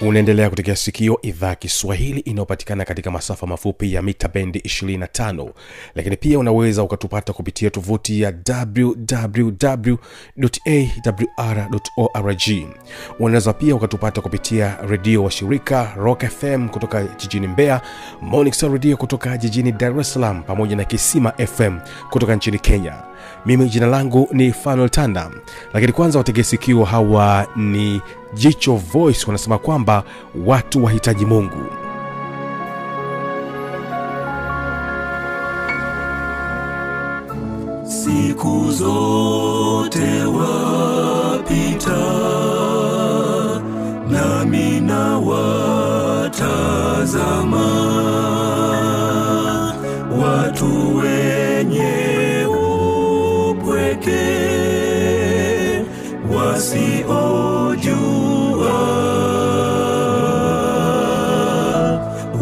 unaendelea kutekea sikio idhaa ya kiswahili inayopatikana katika masafa mafupi ya mita bendi 25 lakini pia unaweza ukatupata kupitia tovuti ya www.awr.org unaweza pia ukatupata kupitia redio wa shirika rock fm kutoka jijini mbeya monisa redio kutoka jijini dar es salaam pamoja na kisima fm kutoka nchini kenya mimi jina langu ni fanuel tanda lakini kwanza wategesikio hawa ni jicho voice wanasema kwamba watu wahitaji mungu siku zote wapita nami na watazama watu wenye upweke wasiojua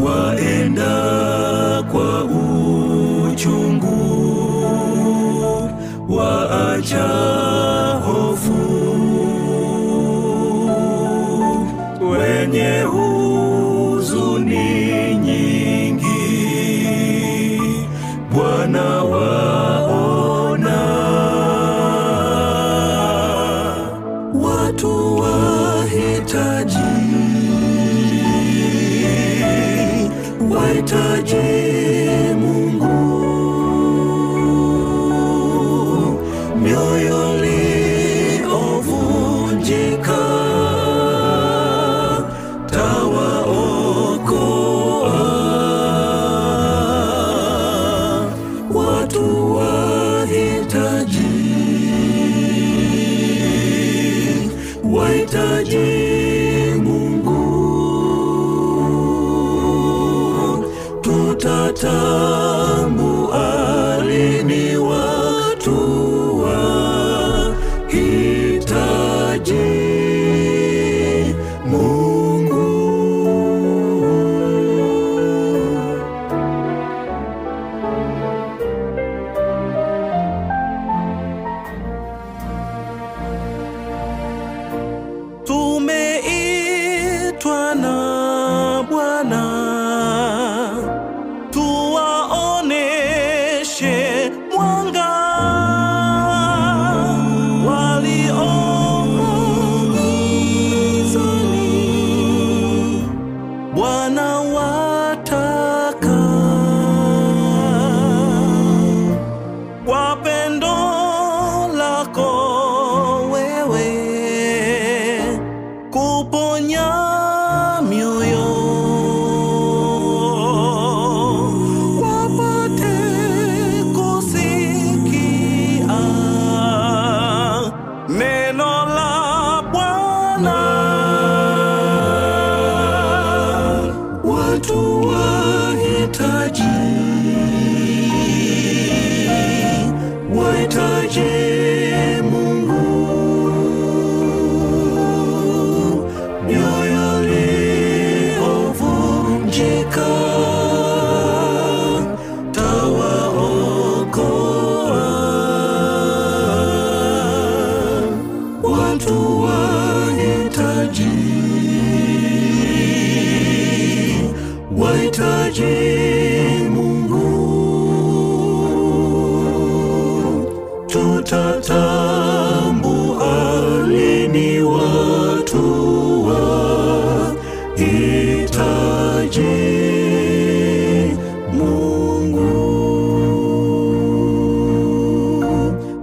waenda kwa uchungu waacha hofu wenye huzuni nyingi bwana waona watu wahitaji wahitaji Mungu mioyo liovunjika tawaokoa watu wahitaji wahitaji Mungu tutatambua lini watu wa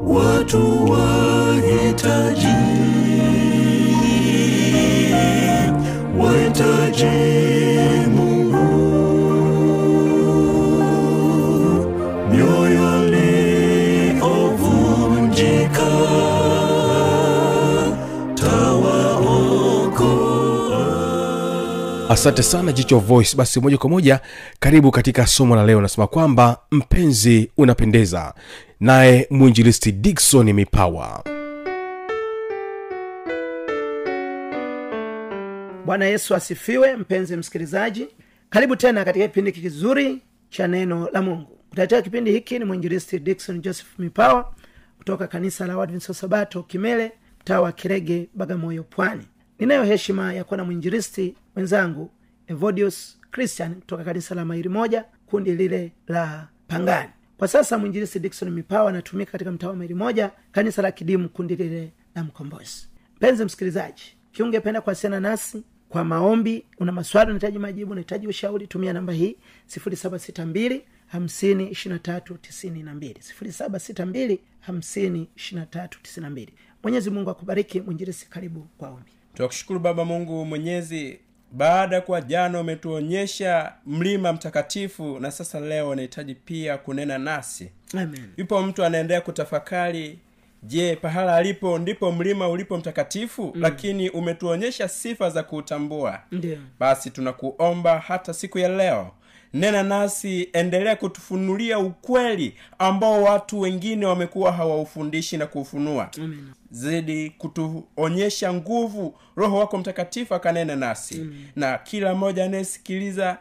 watu wahitaji, wahitaji Mungu, mioyo iliyovunjika tawaokoa. asante sana jicho voice basi moja kwa moja karibu katika somo la leo nasema kwamba mpenzi unapendeza naye mwinjilisti dikson mipawa bwana yesu asifiwe mpenzi msikilizaji karibu tena katika kipindi hiki kizuri cha neno la mungu kutatia kipindi hiki ni mwinjilisti dikson joseph mipawa kutoka kanisa la wadvinso sabato kimele mtaa wa kirege bagamoyo pwani ninayo heshima ya kuwa na mwinjilisti mwenzangu evodius christian kutoka kanisa la mairi moja kundi lile la pangani kwa sasa mwinjilisti dikson mipawa anatumika katika mtaa wa mairi moja kanisa la kidimu kundi lile la mkombozi mpenzi msikilizaji ikiwa ungependa kuwasiliana nasi kwa maombi una maswali unahitaji majibu unahitaji ushauri tumia namba hii 762 52 762 mwenyezi mungu akubariki mwinjirisi karibu kwa ombi tunakushukuru baba mungu mwenyezi baada ya kuwa jana umetuonyesha mlima mtakatifu na sasa leo unahitaji pia kunena nasi amen yupo mtu anaendelea kutafakari je pahala alipo ndipo mlima ulipo mtakatifu mm. lakini umetuonyesha sifa za kuutambua Ndiyo. basi tunakuomba hata siku ya leo nena nasi endelea kutufunulia ukweli ambao watu wengine wamekuwa hawaufundishi na kuufunua zidi kutuonyesha nguvu roho wako mtakatifu akanena nasi mm. na kila mmoja anayesikiliza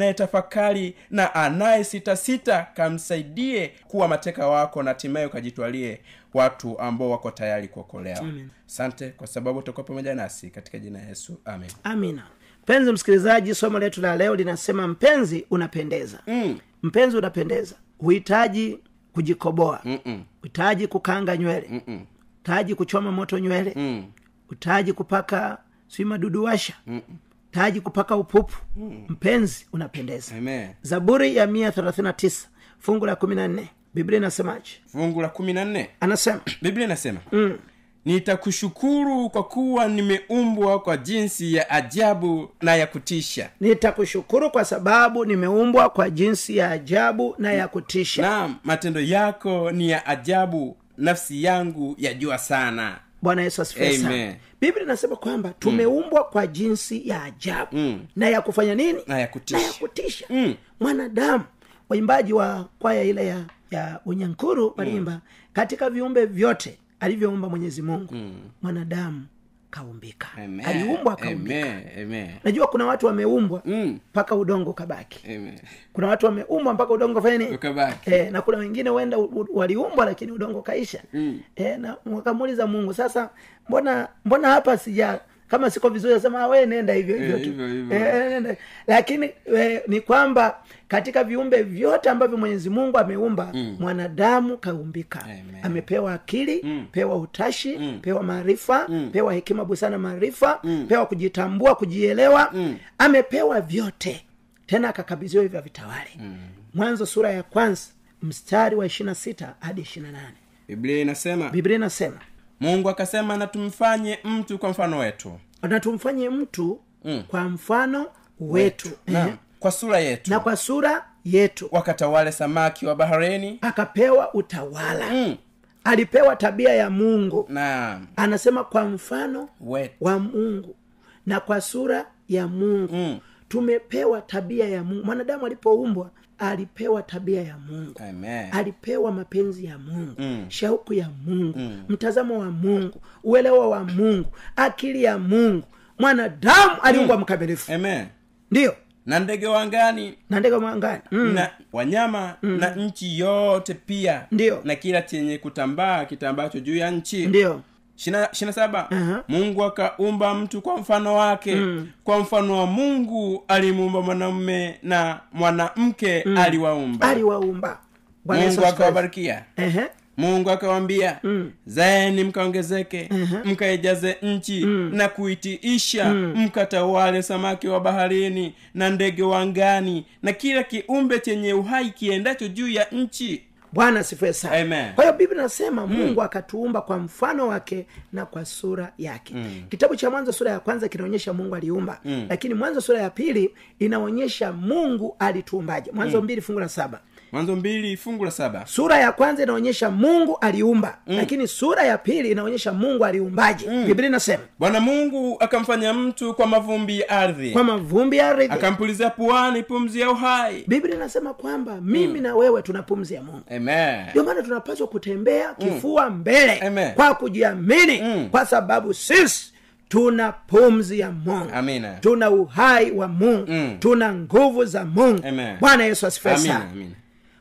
anayetafakari na anayesitasita kamsaidie kuwa mateka wako na hatimaye ukajitwalie watu ambao wako tayari kuokolewa asante kwa sababu utakuwa pamoja nasi katika jina ya yesu amen amina mpenzi msikilizaji somo letu la leo linasema mpenzi unapendeza mm. mpenzi unapendeza huhitaji kujikoboa uhitaji kukanga nywele uhitaji kuchoma moto nywele Mm. uhitaji kupaka sijui madudu washa uhitaji kupaka upupu mpenzi unapendeza Mm. Amen. zaburi ya 139 fungu la 14 biblia inasemaje fungu la kumi na nne anasema biblia inasema mm. nitakushukuru kwa kuwa nimeumbwa kwa jinsi ya ajabu na ya kutisha nitakushukuru kwa sababu nimeumbwa kwa jinsi ya ajabu na ya kutisha na matendo yako ni ya ajabu nafsi yangu yajua sana bwana yesu asifiwe Amen. Mm. sana biblia inasema kwamba tumeumbwa kwa jinsi ya ajabu na ya kufanya nini na ya na ya kutisha kutisha Mm. mwanadamu waimbaji wa kwaya ile ya, ya Mm. unyankuru waliimba katika viumbe vyote alivyoumba mwenyezi mungu mwanadamu kaumbika Mm. Amen. aliumbwa kaumbika Amen. Amen. najua kuna watu wameumbwa Mm. Eh. mpaka udongo kabaki Amen. kuna watu wameumbwa mpaka udongo fanya nini Ukabaki. e, na kuna wengine huenda u- u- waliumbwa lakini udongo kaisha mm. e, na wakamuuliza mungu sasa mbona mbona hapa sija kama siko vizuri asema we nenda hivyo hivyo Eh, tu hivyo, hivyo. Eh, nenda. lakini e, ni kwamba katika viumbe vyote ambavyo mwenyezi mungu ameumba mm. mwanadamu kaumbika Amen. amepewa akili mm. pewa utashi mm. pewa maarifa mm. pewa hekima busana maarifa mm. pewa kujitambua kujielewa mm. amepewa vyote tena akakabidhiwa hivyo vitawale mm. mwanzo sura ya kwanza mstari wa ishirina sita hadi ishirina nane biblia inasema biblia inasema mungu akasema na tumfanye mtu kwa mfano wetu na tumfanye mtu mm. kwa mfano wetu na Eh, kwa sura yetu na kwa sura yetu wakatawale samaki wa baharini akapewa utawala Mm. alipewa tabia ya mungu na anasema kwa mfano wetu wa mungu na kwa sura ya mungu Mm. tumepewa tabia ya mungu mwanadamu alipoumbwa alipewa tabia ya mungu Amen. alipewa mapenzi ya mungu mm. shauku ya mungu mm. mtazamo wa mungu uelewa wa mungu akili ya mungu mwanadamu aliumbwa mm. mkamilifu Amen. ndiyo na ndege wa angani na ndege mwangani mm. na wanyama na nchi yote pia Ndiyo. na kila chenye kutambaa kitambacho juu ya nchi ndiyo Shina- shina saba Aha. mungu akaumba mtu kwa mfano wake mm. kwa mfano wa mungu alimuumba mwanamume na mwanamke mm. aliwaumba aliwaumba Bwana Yesu mungu asifiwe. akawabarikia Ehe. mungu akawambia mm. zaeni mkaongezeke Uh-huh. mkaijaze nchi Mm. na kuitiisha mkatawale samaki wa baharini na ndege wa angani na kila kiumbe chenye uhai kiendacho juu ya nchi bwana asifiwe sana Amen. kwa hiyo biblia nasema mungu akatuumba kwa mfano wake na kwa sura yake mm. kitabu cha mwanzo sura ya kwanza kinaonyesha mungu aliumba mm. lakini mwanzo sura ya pili inaonyesha mungu alituumbaje mwanzo mm. mbili fungu la saba mwanzo mbili fungu la saba sura ya kwanza inaonyesha mungu aliumba mm. lakini sura ya pili inaonyesha mungu aliumbaje mm. biblia inasema bwana mungu akamfanya mtu kwa mavumbi ya ardhi kwa mavumbi ya ardhi akampulizia puani pumzi ya uhai biblia inasema kwamba mimi Mm. na wewe tuna pumzi ya mungu Amen. ndio maana tunapaswa kutembea kifua mbele Mm. Amen. kwa kujiamini Mm. kwa sababu sisi tuna pumzi ya mungu Amina. tuna uhai wa mungu Mm. tuna nguvu za mungu Amen. bwana yesu asifiwe Amina, sana amina.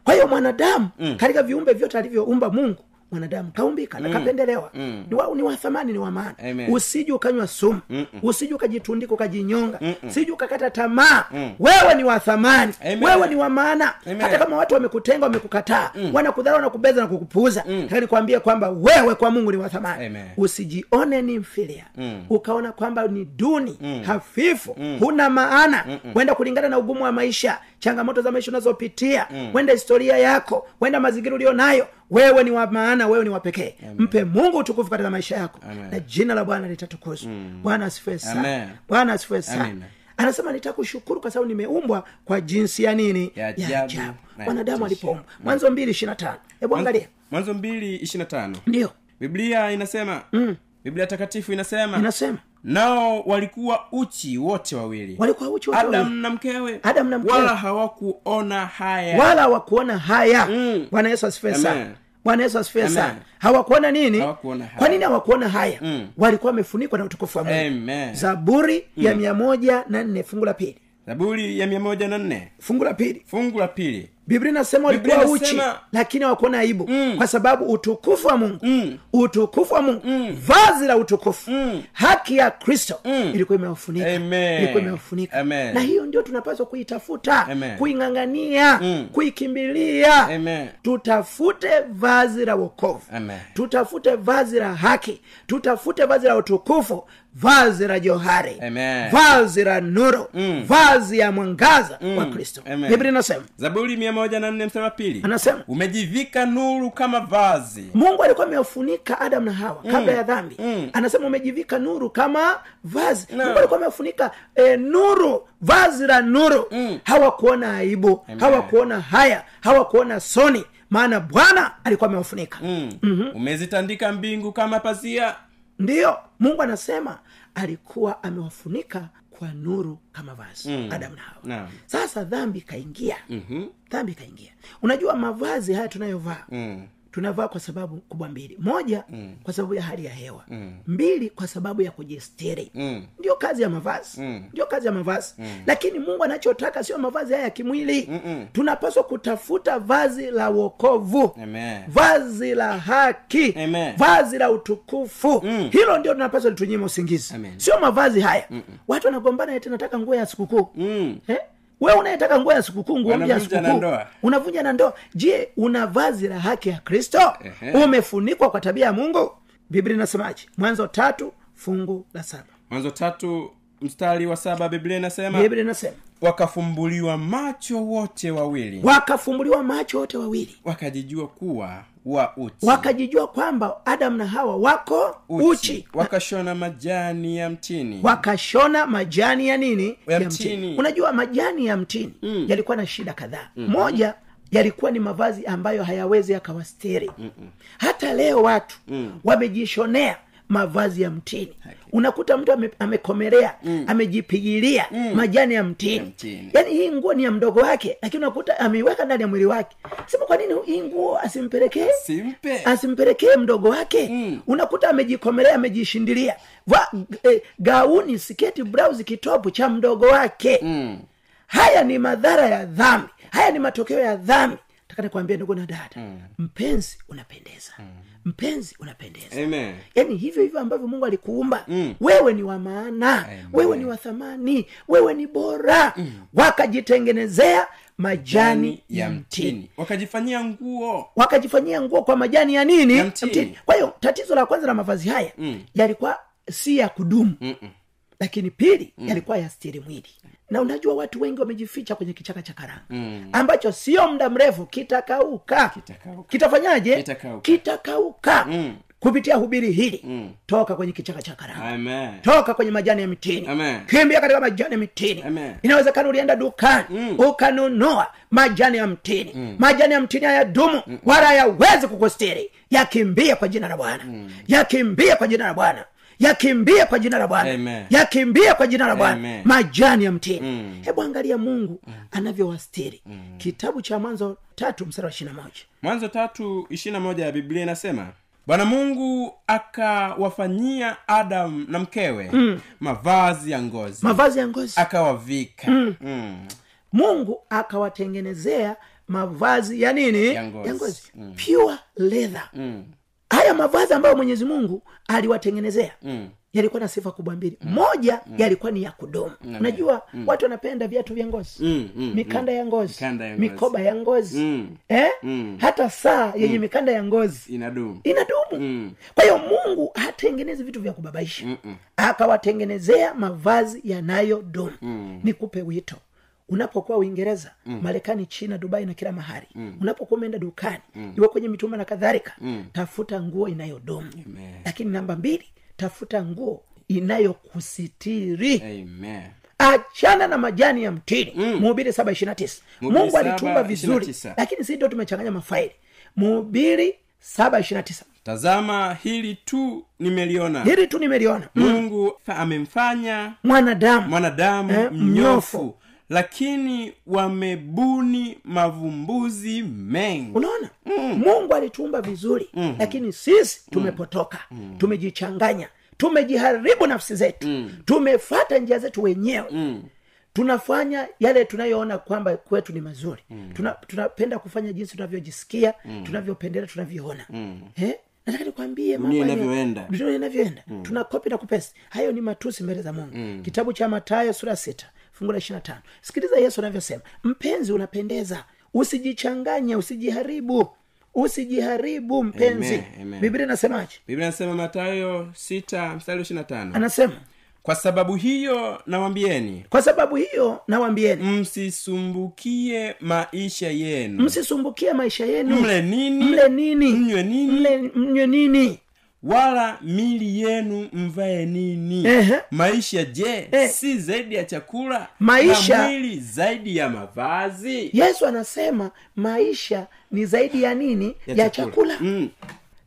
kwa hiyo mwanadamu mm. katika viumbe vyote alivyoumba mungu mwanadamu kaumbika na kapendelewa Mm. ni, wa, ni wa thamani ni wa maana Amen. usije ukanywa sumu Mm-mm. usije ukajitundika ukajinyonga sije ukakata tamaa Mm. wewe ni wa thamani Amen. wewe ni wa maana Amen. Mm. hata kama watu wamekutenga wamekukataa wanakudhara wanakubeza na kukupuuza nataka nikwambie kwamba wewe kwa mungu ni wa thamani Amen. usijione ni mfilia Mm. ukaona kwamba ni duni hafifu huna maana huenda kulingana na ugumu wa maisha changamoto za maisha unazopitia Mm. huenda historia yako huenda mazingira ulio nayo wewe ni wa maana wewe ni wa pekee mpe mungu utukufu katika maisha yako Amen. Mm. na jina la bwana litatukuzwa bwana asifiwe Amen. sana bwana asifiwe sana Amen. anasema nitakushukuru kwa sababu nimeumbwa kwa jinsi ya nini Ya ya ajabu ajabu na ya mwanadamu kutisha. alipoumbwa mwanzo mbili ishiri na tano hebu angalia mwanzo mbili ishiri na tano ndio biblia inasema mm. biblia takatifu inasema inasema nao walikuwa uchi wote wawili walikuwa uchi wote adamu wawili. na mkewe Adamu na mkewe. wala hawakuona haya wala wakuona haya Mm. bwana yesu asifiwe Amen. sana bwana yesu asifiwe Amen. sana hawakuona nini Hawakuona haya. kwa nini hawakuona haya Mm. walikuwa wamefunikwa na utukufu wa mungu Amen. Mm. zaburi ya mia moja na nne fungu la pili zaburi ya mia moja na nne fungu la pili fungu la pili biblia inasema Biblia walikuwa uchi inasema- lakini hawakuona aibu Mm. kwa sababu utukufu wa mungu Mm. utukufu wa mungu Mm. vazi la utukufu Mm. haki ya kristo Mm. ilikuwa imewafunika Amen. ilikuwa imewafunika Amen. na hiyo ndio tunapaswa kuitafuta Amen. kuing'ang'ania Mm. kuikimbilia Amen. tutafute vazi la wokovu Amen. tutafute vazi la haki tutafute vazi la utukufu vazi la johari Amen. vazi la nuru Mm. vazi ya mwangaza wa kristo Amen. biblia inasema zaburi mia moja na nne mstari wa pili Anasema. umejivika nuru kama vazi mungu alikuwa amewafunika adamu na hawa kabla ya dhambi Mm. anasema umejivika nuru kama vazi No. mungu alikuwa amewafunika e, nuru vazi la nuru Mm. hawakuona aibu Amen. hawakuona haya hawakuona soni maana bwana alikuwa amewafunika mm. Mhm. umezitandika mbingu kama pazia ndiyo mungu anasema alikuwa amewafunika kwa nuru kama vazi mm. adamu na hawa Naam. Mhm. sasa dhambi ikaingia mm-hmm. dhambi ikaingia unajua mavazi haya tunayovaa mm. tunavaa kwa sababu kubwa mbili moja mm. kwa sababu ya hali ya hewa mm. mbili kwa sababu ya kujistiri Mm. ndio kazi ya mavazi Mm. ndio kazi ya mavazi mm. lakini mungu anachotaka sio mavazi haya ya kimwili Mm-mm. tunapaswa kutafuta vazi la wokovu Amen. vazi la haki Amen. vazi la utukufu Mm. hilo ndio tunapaswa litunyima usingizi Amen. sio mavazi haya Mm-mm. watu wanagombana eti nataka nguo ya sikukuu Mm. Eh? we unayetaka nguo ya sikukuu nguo mpya ya Wanavunja na sikukuu ndoa. unavunja na ndoa je una vazi la haki ya kristo Ehe. umefunikwa kwa tabia ya mungu biblia inasemaje mwanzo tatu fungu la saba mwanzo tatu mstari wa saba biblia inasema biblia inasema wakafumbuliwa macho wote wawili wakafumbuliwa macho wote wawili wakajijua kuwa wa uchi wakajijua kwamba adamu na hawa wako uchi, wakashona majani ya mtini wakashona majani ya nini Ya mtini. unajua majani ya mtini mm. yalikuwa na shida kadhaa mm. moja yalikuwa ni mavazi ambayo hayawezi yakawastiri hata leo watu mm. wamejishonea mavazi ya mtini unakuta mtu ame, amekomelea mm. amejipigilia mm. majani ya mtini. mtini. yaani hii nguo ni ya mdogo wake lakini unakuta ameiweka ndani ya mwili wake sema kwa nini hii nguo asimpelekee simpe asimpelekee mdogo wake mm. unakuta amejikomelea amejishindilia Va, eh, gauni siketi brauzi kitopu cha mdogo wake mm. haya ni madhara ya dhambi haya ni matokeo ya dhambi taka nikwambia ndugu na dada mm. mpenzi unapendeza mm. mpenzi unapendeza Amen. yaani hivyo hivyo ambavyo mungu alikuumba mm. wewe ni wa maana wewe ni wa thamani wewe ni bora mm. wakajitengenezea majani ya mtini wakajifanyia nguo wakajifanyia nguo kwa majani ya nini Ya mtini. kwa hiyo tatizo la kwanza la mavazi haya mm. yalikuwa si ya kudumu Mm-mm. lakini pili mm. yalikuwa yastiri mwili na unajua watu wengi wamejificha kwenye kichaka cha karanga mm. ambacho sio muda mrefu kitakauka Kitakauka. kitafanyaje Kitakauka. kitakauka Mm. kupitia hubiri hili Mm. toka kwenye kichaka cha karanga Amen. toka kwenye majani ya mitini Amen. kimbia katika majani ya mitini Amen. inawezekana ulienda dukani Mm. ukanunua majani ya mtini majani ya mtini hayadumu mm. wala hayawezi kukustiri yakimbia kwa jina la bwana mm. yakimbia kwa jina la bwana yakimbia kwa jina la bwana Amen. yakimbia kwa jina la bwana Amen. majani ya mtini Mm. hebu angalia mungu anavyowastiri kitabu cha mwanzo tatu msara wa ishirina moja mwanzo tatu ishirina moja ya biblia inasema bwana mungu akawafanyia adamu na mkewe mm. mavazi ya ngozi mavazi ya ngozi akawavika mm. Mm. mungu akawatengenezea mavazi ya nini Ya ngozi. Mm. pure leather mm. haya mavazi ambayo mwenyezi mungu aliwatengenezea mm yalikuwa na sifa kubwa mbili mm. moja mm. yalikuwa ni ya kudumu mm. unajua mm. watu wanapenda viatu vya ngozi Mm, mm, mikanda ya ngozi Mikanda ya ngozi. mikoba ya ngozi Mm. eh? Mm. hata saa yenye mikanda ya ngozi inadumu inadumu mm. kwa hiyo mungu hatengenezi vitu vya kubabaisha akawatengenezea mavazi yanayodumu mm. nikupe wito unapokuwa uingereza mm. marekani china dubai na kila mahali mm. unapokuwa umeenda dukani mm. iwe kwenye mitumba na kadhalika mm. tafuta nguo inayodumu Amen. lakini namba mbili tafuta nguo inayokusitiri Amen. achana na majani ya mtini mhubiri Eh. mm. saba ishirina tisa Mhubiri mungu saba, alitumba ishirini na vizuri tisa. lakini si ndio tumechanganya mafaili mhubiri saba ishirina tisa tazama hili tu nimeliona hili tu nimeliona Ah. Mm. mungu fa- amemfanya mwanadamu mwanadamu Eh, mnyofu. mnyofu lakini wamebuni mavumbuzi mengi unaona mm. mungu alituumba vizuri mm-hmm. lakini sisi tumepotoka mm. tumejichanganya tumejiharibu nafsi zetu mm. tumefata njia zetu wenyewe mm tunafanya yale tunayoona kwamba kwetu ni mazuri mm. Tuna, tunapenda kufanya jinsi tunavyojisikia mm. tunavyopendelea tunavyoona mm. eh? nataka nikwambie mambo Dunia hayo- inavyoenda. dunia inavyoenda mm. tuna kopi na kupesi hayo ni matusi mbele za mungu mm. kitabu cha matayo sura sita fungu la ishirina tano sikiliza yesu anavyosema mpenzi unapendeza usijichanganye usijiharibu usijiharibu mpenzi Amen, amen. biblia inasemaje biblia anasema matayo 6 mstari 25 anasema kwa sababu hiyo nawambieni kwa sababu hiyo nawambieni msisumbukie maisha yenu msisumbukie maisha yenu Mm. mle nini mle nini mnywe nini Mle- mnywe nini wala mili yenu mvae nini Ehe. maisha je Eh. si zaidi ya chakula Maisha- na mwili zaidi ya mavazi yesu anasema maisha ni zaidi ya nini ya, chakula, Mm,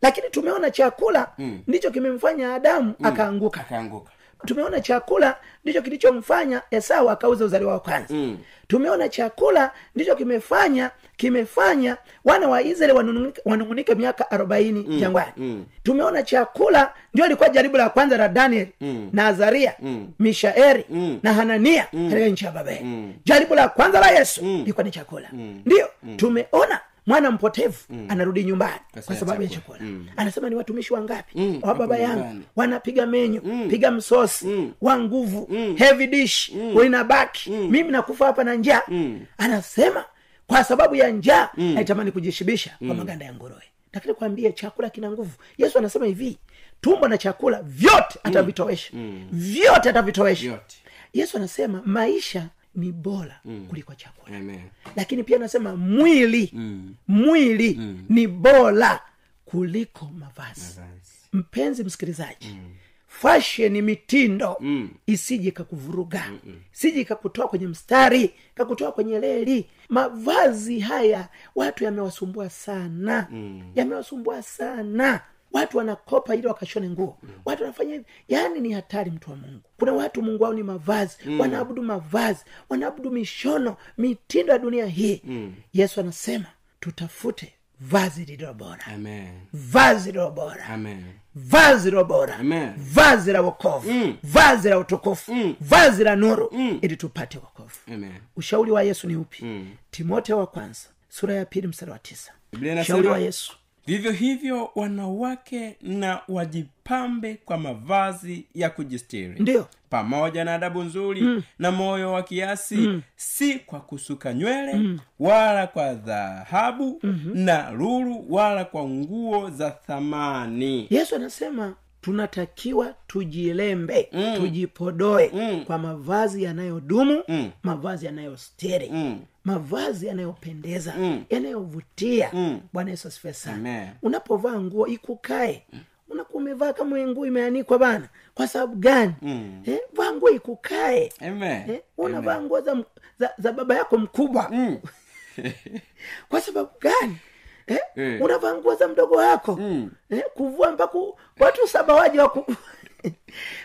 lakini tumeona chakula ndicho kimemfanya adamu akaanguka akaanguka tumeona chakula ndicho kilichomfanya esau akauza uzaliwa wa kwanza mm. tumeona chakula ndicho kimefanya kimefanya wana wa israeli wanununike- wanung'unike miaka arobaini mm. jangwani mm. tumeona chakula ndio ilikuwa jaribu la kwanza la danieli mm. na azaria mm. mishaeli mm. na hanania katika nchi ya babeli mm. jaribu la kwanza la yesu lilikuwa ni chakula mm. ndio mm. tumeona mwana mpotevu mm. anarudi nyumbani kwa ya sababu ya chakula chakula. mm. anasema ni watumishi wangapi mm. wa hapo baba yangu nyumbani. wanapiga menyu mm. piga msosi mm. wa nguvu mm. heavy dish mm. inabaki mm. mimi nakufa hapa na njaa mm. anasema kwa sababu ya njaa mm. naitamani kujishibisha mm. kwa maganda ya nguruwe lakini kwambie chakula kina nguvu yesu anasema hivi tumbo na chakula vyote atavitowesha mm. vyote atavitowesha Vyote. yesu anasema maisha ni bora mm. kuliko chakula Amen. lakini pia anasema mwili mm. mwili mm. ni bora kuliko mavazi mpenzi msikilizaji mm. fashion ni mitindo mm. isije ikakuvuruga isije ikakutoa kwenye mstari kakutoa kwenye reli mavazi haya watu yamewasumbua sana mm. yamewasumbua sana watu wanakopa ili wakashone nguo mm. watu wanafanya hivi yaani ni hatari mtu wa mungu kuna watu mungu wao ni mavazi mm. wanaabudu mavazi wanaabudu mishono mitindo ya dunia hii mm. yesu anasema tutafute vazi lililo bora Amen. vazi lililo bora Amen. vazi la bora Amen. vazi la wokovu mm. vazi la utukufu mm. vazi la nuru mm. ili tupate wokovu Amen. ushauri wa yesu ni upi mm. timoteo wa kwanza sura ya pili mstari wa tisa Biblia inasema- ushauri wa yesu vivyo hivyo wanawake na wajipambe kwa mavazi ya kujistiri Ndiyo. pamoja na adabu nzuri mm. na moyo wa kiasi mm. si kwa kusuka nywele mm. wala kwa Mhm. dhahabu mm-hmm. na ruru wala kwa nguo za thamani yesu anasema tunatakiwa tujilembe mm. tujipodoe mm. kwa mavazi yanayodumu mm. mavazi yanayostiri mm mavazi yanayopendeza mm. yanayovutia mm. bwana yesu asifiwe Amen. sana unapovaa nguo ikukae unakuwa umevaa kama nguo imeanikwa bana kwa sababu gani mm. eh, vaa nguo ikukae Amen. eh, unavaa nguo za, m- za, za baba yako mkubwa mm. kwa sababu gani eh, Eh. Hmm. unavaa nguo za mdogo wako eh, kuvua mpaka watu saba waje waku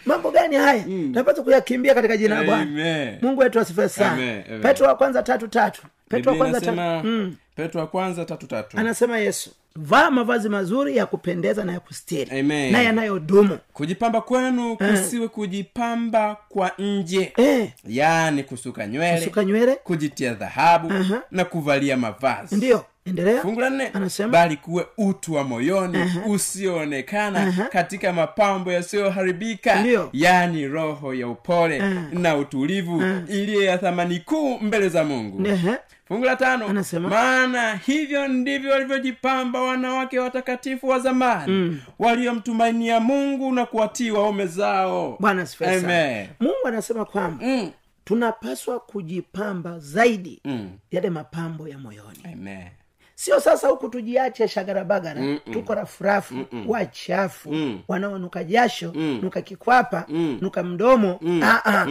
mambo gani haya mm. napata kuyakimbia katika jina la bwana Hmm. Amen. mungu wetu asifiwe Amen, sana amen. petro wa kwanza tatu tatu petro Biblia wa kwanza inasema, Hmm. tatu mm. petro wa kwanza tatu tatu anasema yesu vaa mavazi mazuri ya kupendeza na ya kustiri Amen. na yanayodumu kujipamba kwenu kusiwe kujipamba kwa nje eh, yaani kusuka nywele suka nywele kujitia dhahabu Aha. na kuvalia mavazi ndiyo endelea fungu la nne Anasema? bali kuwe utu wa moyoni usioonekana katika mapambo yasiyoharibika Ndiyo. yaani roho ya upole Aha. na utulivu iliyo ya thamani kuu mbele za mungu Ehe. fungu la tano Anasema? maana hivyo ndivyo walivyojipamba wanawake watakatifu wa zamani Mm. waliomtumainia mungu na kuwatii waume zao bwana asifiwe Amen. sana mungu anasema kwamba Mm. tunapaswa kujipamba zaidi Mm. yale mapambo ya moyoni Amen. sio sasa huku tujiache shagarabagara tuko rafurafu wachafu Mm. wanaonuka jasho nuka kikwapa nuka mdomo Mm. Ah, ah.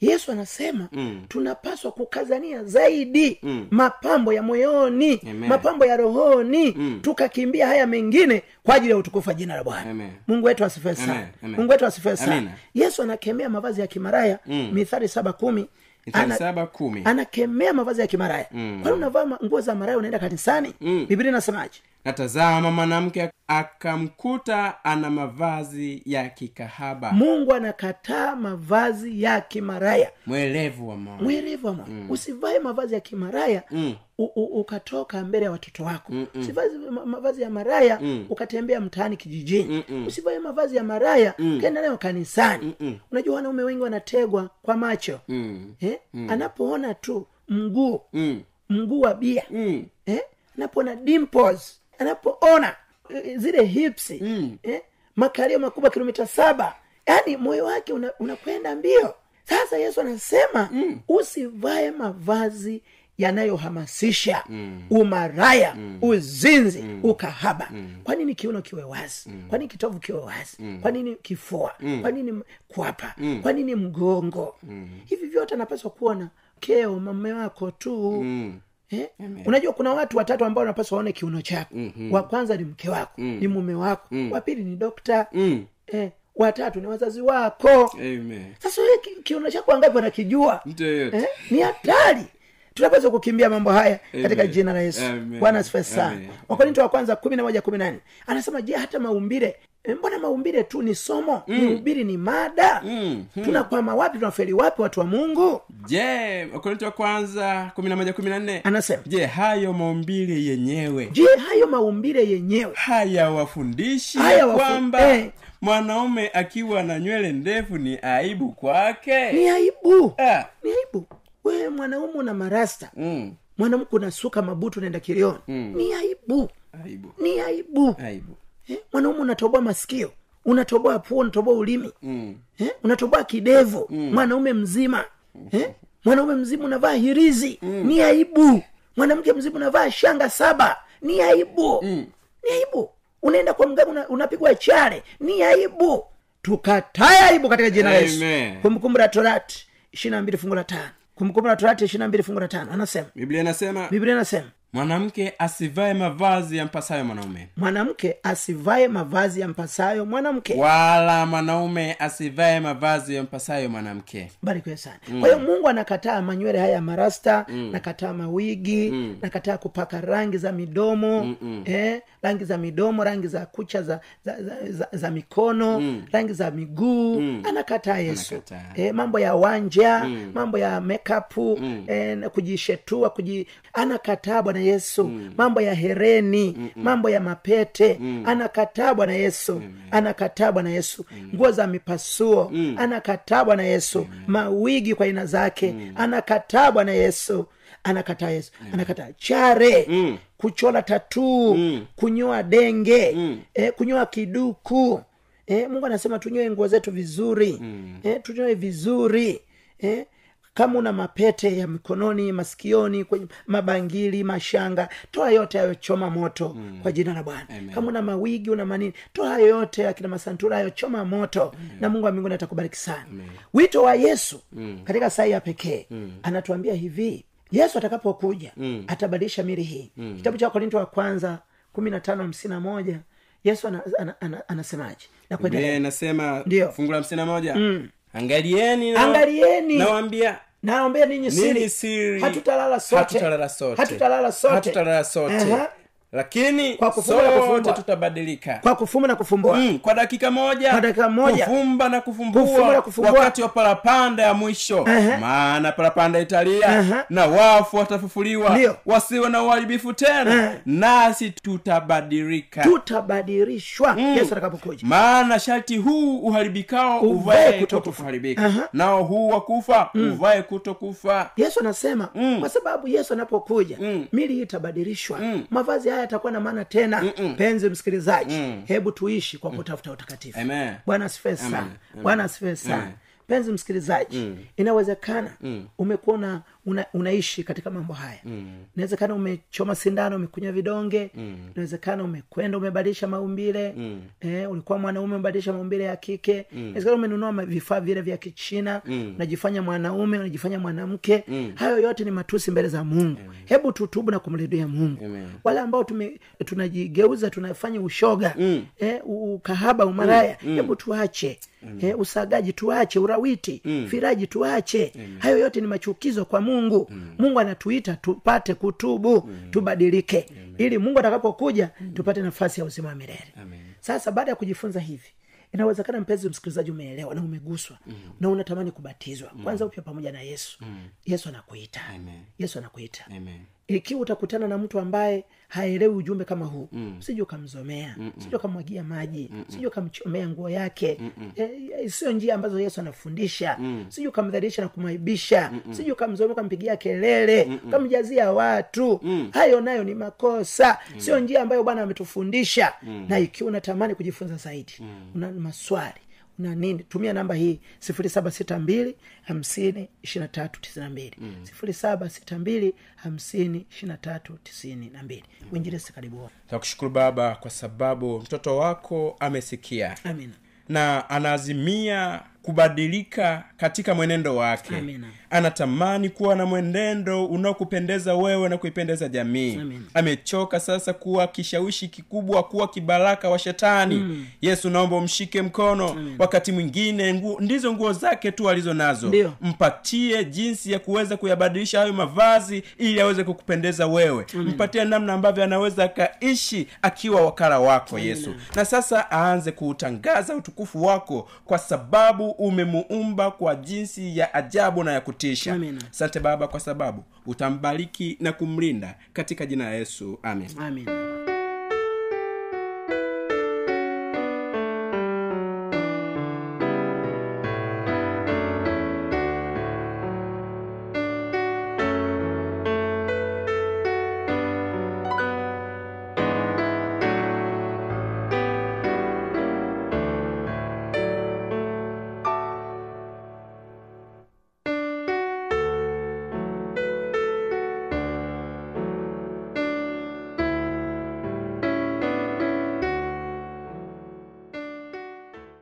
yesu anasema tunapaswa kukazania zaidi mapambo ya moyoni Mm. Amen. Mm. mapambo ya rohoni tukakimbia haya mengine kwa ajili ya utukufu wa jina la bwana Amen. mungu wetu asifue Amen, sana amen. mungu wetu asifue sana Amina. Mm. yesu anakemea mavazi ya kimaraya mithali saba kumi Mithali Ana- saba kumi. anakemea mavazi ya kimaraya mm. kwani unavaa ma- nguo za maraya unaenda kanisani mm. biblia inasemaje na tazama mwanamke akamkuta ana mavazi ya kikahaba mungu anakataa mavazi ya kimaraya mwelevu wa moyo mwerevu ama mm. usivae mavazi ya kimaraya mm. u, u, ukatoka mbele ya watoto wako Mm-mm. usivae ma- mavazi ya maraya mm. ukatembea mtaani kijijini Mm-mm. usivae mavazi ya maraya mm. kaenda nayo kanisani Mm-mm. unajua wanaume wengi wanategwa kwa macho mm. Eh? Mm. anapoona tu mguu mm. mguu wa bia mm. eh? anapoona dimples anapoona eh, zile hipsi mm. eh? makalio makubwa kilomita saba yaani moyo wake una- unakwenda mbio sasa yesu anasema mm. usivae mavazi yanayohamasisha mm. umaraya mm. uzinzi mm. ukahaba mm. kwa nini kiuno kiwe wazi mm. kwa nini kitovu kiwe wazi mm. kwa nini kifua mm. kwa nini kwapa mm. kwa nini mgongo mm. hivi vyote anapaswa kuona keo mame wako tu mm eh? unajua kuna watu watatu ambao wanapaswa waone kiuno chako Mhm. mm-hmm. wa kwanza ni mke wako Mm. mm-hmm. ni mume wako mm-hmm. wa pili ni dokta mm-hmm. eh, watatu ni wazazi wako Amen. sasa wewe ki- kiuno chako wangapi wanakijua Mtu yeyote. eh? ni hatari tunapaswa kukimbia mambo haya katika Amen. jina la yesu Amen. bwana asifiwe sana Amen. wakorinto wa kwanza kumi na moja kumi na nne anasema je hata maumbile eh, mbona maumbile tu ni somo mm. ni ubiri ni mada mm. tunakwama wapi tunafeli wapi watu wa mungu je wakorinto wa kwanza 11:14 anasema je hayo maumbile yenyewe je hayo maumbile yenyewe hayawafundishi Haya ya wafu- kwamba eh. mwanaume akiwa na nywele ndefu ni aibu ni kwake aibu Ah. ni aibu wewe mwanaume una marasta mm. mwanamke unasuka mabutu unaenda kilioni mm. ni aibu aibu ni aibu aibu eh? mwanaume unatoboa masikio unatoboa pua unatoboa ulimi eh? unatoboa kidevu mwanaume mzima eh? mwanaume mzima unavaa hirizi ni aibu mwanamke mzima unavaa shanga saba ni aibu ni aibu unaenda kwa mganga una, unapigwa chale ni aibu tukatae aibu katika jina la yesu Amen. kumbukumbu la torati ishiri na mbili fungu la tano kumbukumbu la torati ishiri na mbili fungu la tano anasema biblia inasema biblia inasema mwanamke asivae mavazi yampasayo mwanaume mwanamke asivae mavazi ya mpasayo mwanamke wala mwanaume asivae mavazi yampasayo mwanamke barikiwe sana kwa hiyo mungu anakataa manywele haya ya marasta nakataa mawigi nakataa kupaka rangi za midomo eh, rangi za midomo rangi za kucha za za, za, za, za mikono rangi za miguu anakataa yesu Anakataa. eh, mambo ya wanja mambo ya mekapu eh, na kujishetua kuji... anakataa bwana yesu mambo ya hereni mambo ya mapete anakataa bwana yesu anakataa bwana yesu nguo za mipasuo anakataa bwana yesu mawigi kwa aina zake anakataa bwana yesu anakataa yesu anakataa chare kuchola tatuu kunyoa denge eh, kunyoa kiduku eh, mungu anasema tunyoe nguo zetu vizuri mm. eh, tunyoe vizuri eh, kama una mapete ya mikononi masikioni kwenye mabangili mashanga toa yote hayo choma moto mm. kwa jina la bwana kama una mawigi una manini toa hayo yote akina masantura hayo choma moto Amen. na mungu wa mbinguni atakubariki sana Amen. wito wa yesu mm. katika saa hii ya pekee mm. anatuambia hivi yesu atakapokuja mm. atabadilisha mili hii mm. kitabu cha wakorinto wa kwanza kumi na tano hamsini na moja yesu ana, ana, ana, anasemaje na biblia kuendelea inasema Ndio. Mm. fungu la hamsini na moja angalieni na- Angalieni. nawaambia naombea ninyi nini siri, siri hatutalala sote hatutalala sote Hatutalala sote. Hatutalala sote. Aha. lakini Kwa kufumba na sote kufumbua. tutabadilika kwa kufuma na kufumbua Mm, kwa dakika moja Kwa dakika moja. kufumba na kufumbua, Kufumba na kufumbua. wakati wa parapanda ya mwisho Aha. maana parapanda italia Aha. na wafu watafufuliwa Ndiyo. wasiwe na uharibifu tena Aha. nasi tutabadilika tutabadilishwa Mm. yesu atakapokuja maana shati huu uharibikao Uvae uvae kutokufa. Aha. kutokuharibika nao huu wa kufa Mm. uvae kutokufa yesu anasema Mm. kwa sababu yesu anapokuja Mm. mili hii itabadilishwa Mm. mavazi haya yatakuwa na maana tena Mm-mm. mpenzi msikilizaji Mm. hebu tuishi kwa kutafuta utakatifu Amen. bwana asifee sana Amen. Amen. Mm. bwana asifee sana Amen. mpenzi msikilizaji inawezekana Mm. umekuwa una, una, unaishi katika mambo haya inawezekana umechoma sindano umekunywa vidonge Mm. inawezekana umekwenda umebadilisha maumbile eh, ulikuwa mwanaume umebadilisha maumbile ya kike Mm. inawezekana umenunua ma- vifaa vile vya kichina unajifanya mwanaume unajifanya mwanamke Mm. hayo yote ni matusi mbele za mungu hebu tutubu na kumrudia mungu wale ambao tume, tunajigeuza tunafanya ushoga eh, u- ukahaba umaraya hebu tuache eh, usagaji tuache urawiti firaji tuache hayo yote ni machukizo kwa mungu mungu anatuita tupate kutubu tubadilike ili mungu atakapokuja tupate nafasi ya uzima wa milele sasa baada ya kujifunza hivi inawezekana mpenzi msikilizaji umeelewa na umeguswa mm. na unatamani kubatizwa mm. kwanza upya pamoja na yesu mm. yesu anakuita yesu anakuita Amen. ikiwa utakutana na mtu ambaye haelewi ujumbe kama huu mm. sije ukamzomea sije ukamwagia maji sije ukamchomea nguo yake e, e, sio njia ambazo yesu anafundisha mm. sije ukamdharisha na kumwaibisha sije ukamzomea ukampigia kelele ukamjazia watu hayo nayo ni makosa sio njia ambayo bwana ametufundisha na ikiwa unatamani kujifunza zaidi una maswali na nini tumia namba hii sifuri saba sita mbili hamsini ishirina tatu tisini na mbili sifuri saba sita mbili hamsini ishirina tatu tisini na mbili mwinjiresi karibu wote tunakushukuru baba kwa sababu mtoto wako amesikia amina na anaazimia kubadilika katika mwenendo wake Amina. anatamani kuwa na mwenendo unaokupendeza wewe na kuipendeza jamii Amina. amechoka sasa kuwa kishawishi kikubwa kuwa kibaraka wa shetani mm. yesu naomba umshike mkono wakati mwingine ngu, ndizo nguo zake tu alizo nazo Ndiyo. mpatie jinsi ya kuweza kuyabadilisha hayo mavazi ili aweze kukupendeza wewe mpatie namna ambavyo anaweza akaishi akiwa wakala wako yesu na sasa aanze kuutangaza utukufu wako kwa sababu umemuumba kwa jinsi ya ajabu na ya kutisha Amina. asante baba kwa sababu utambariki na kumlinda katika jina la yesu amen amina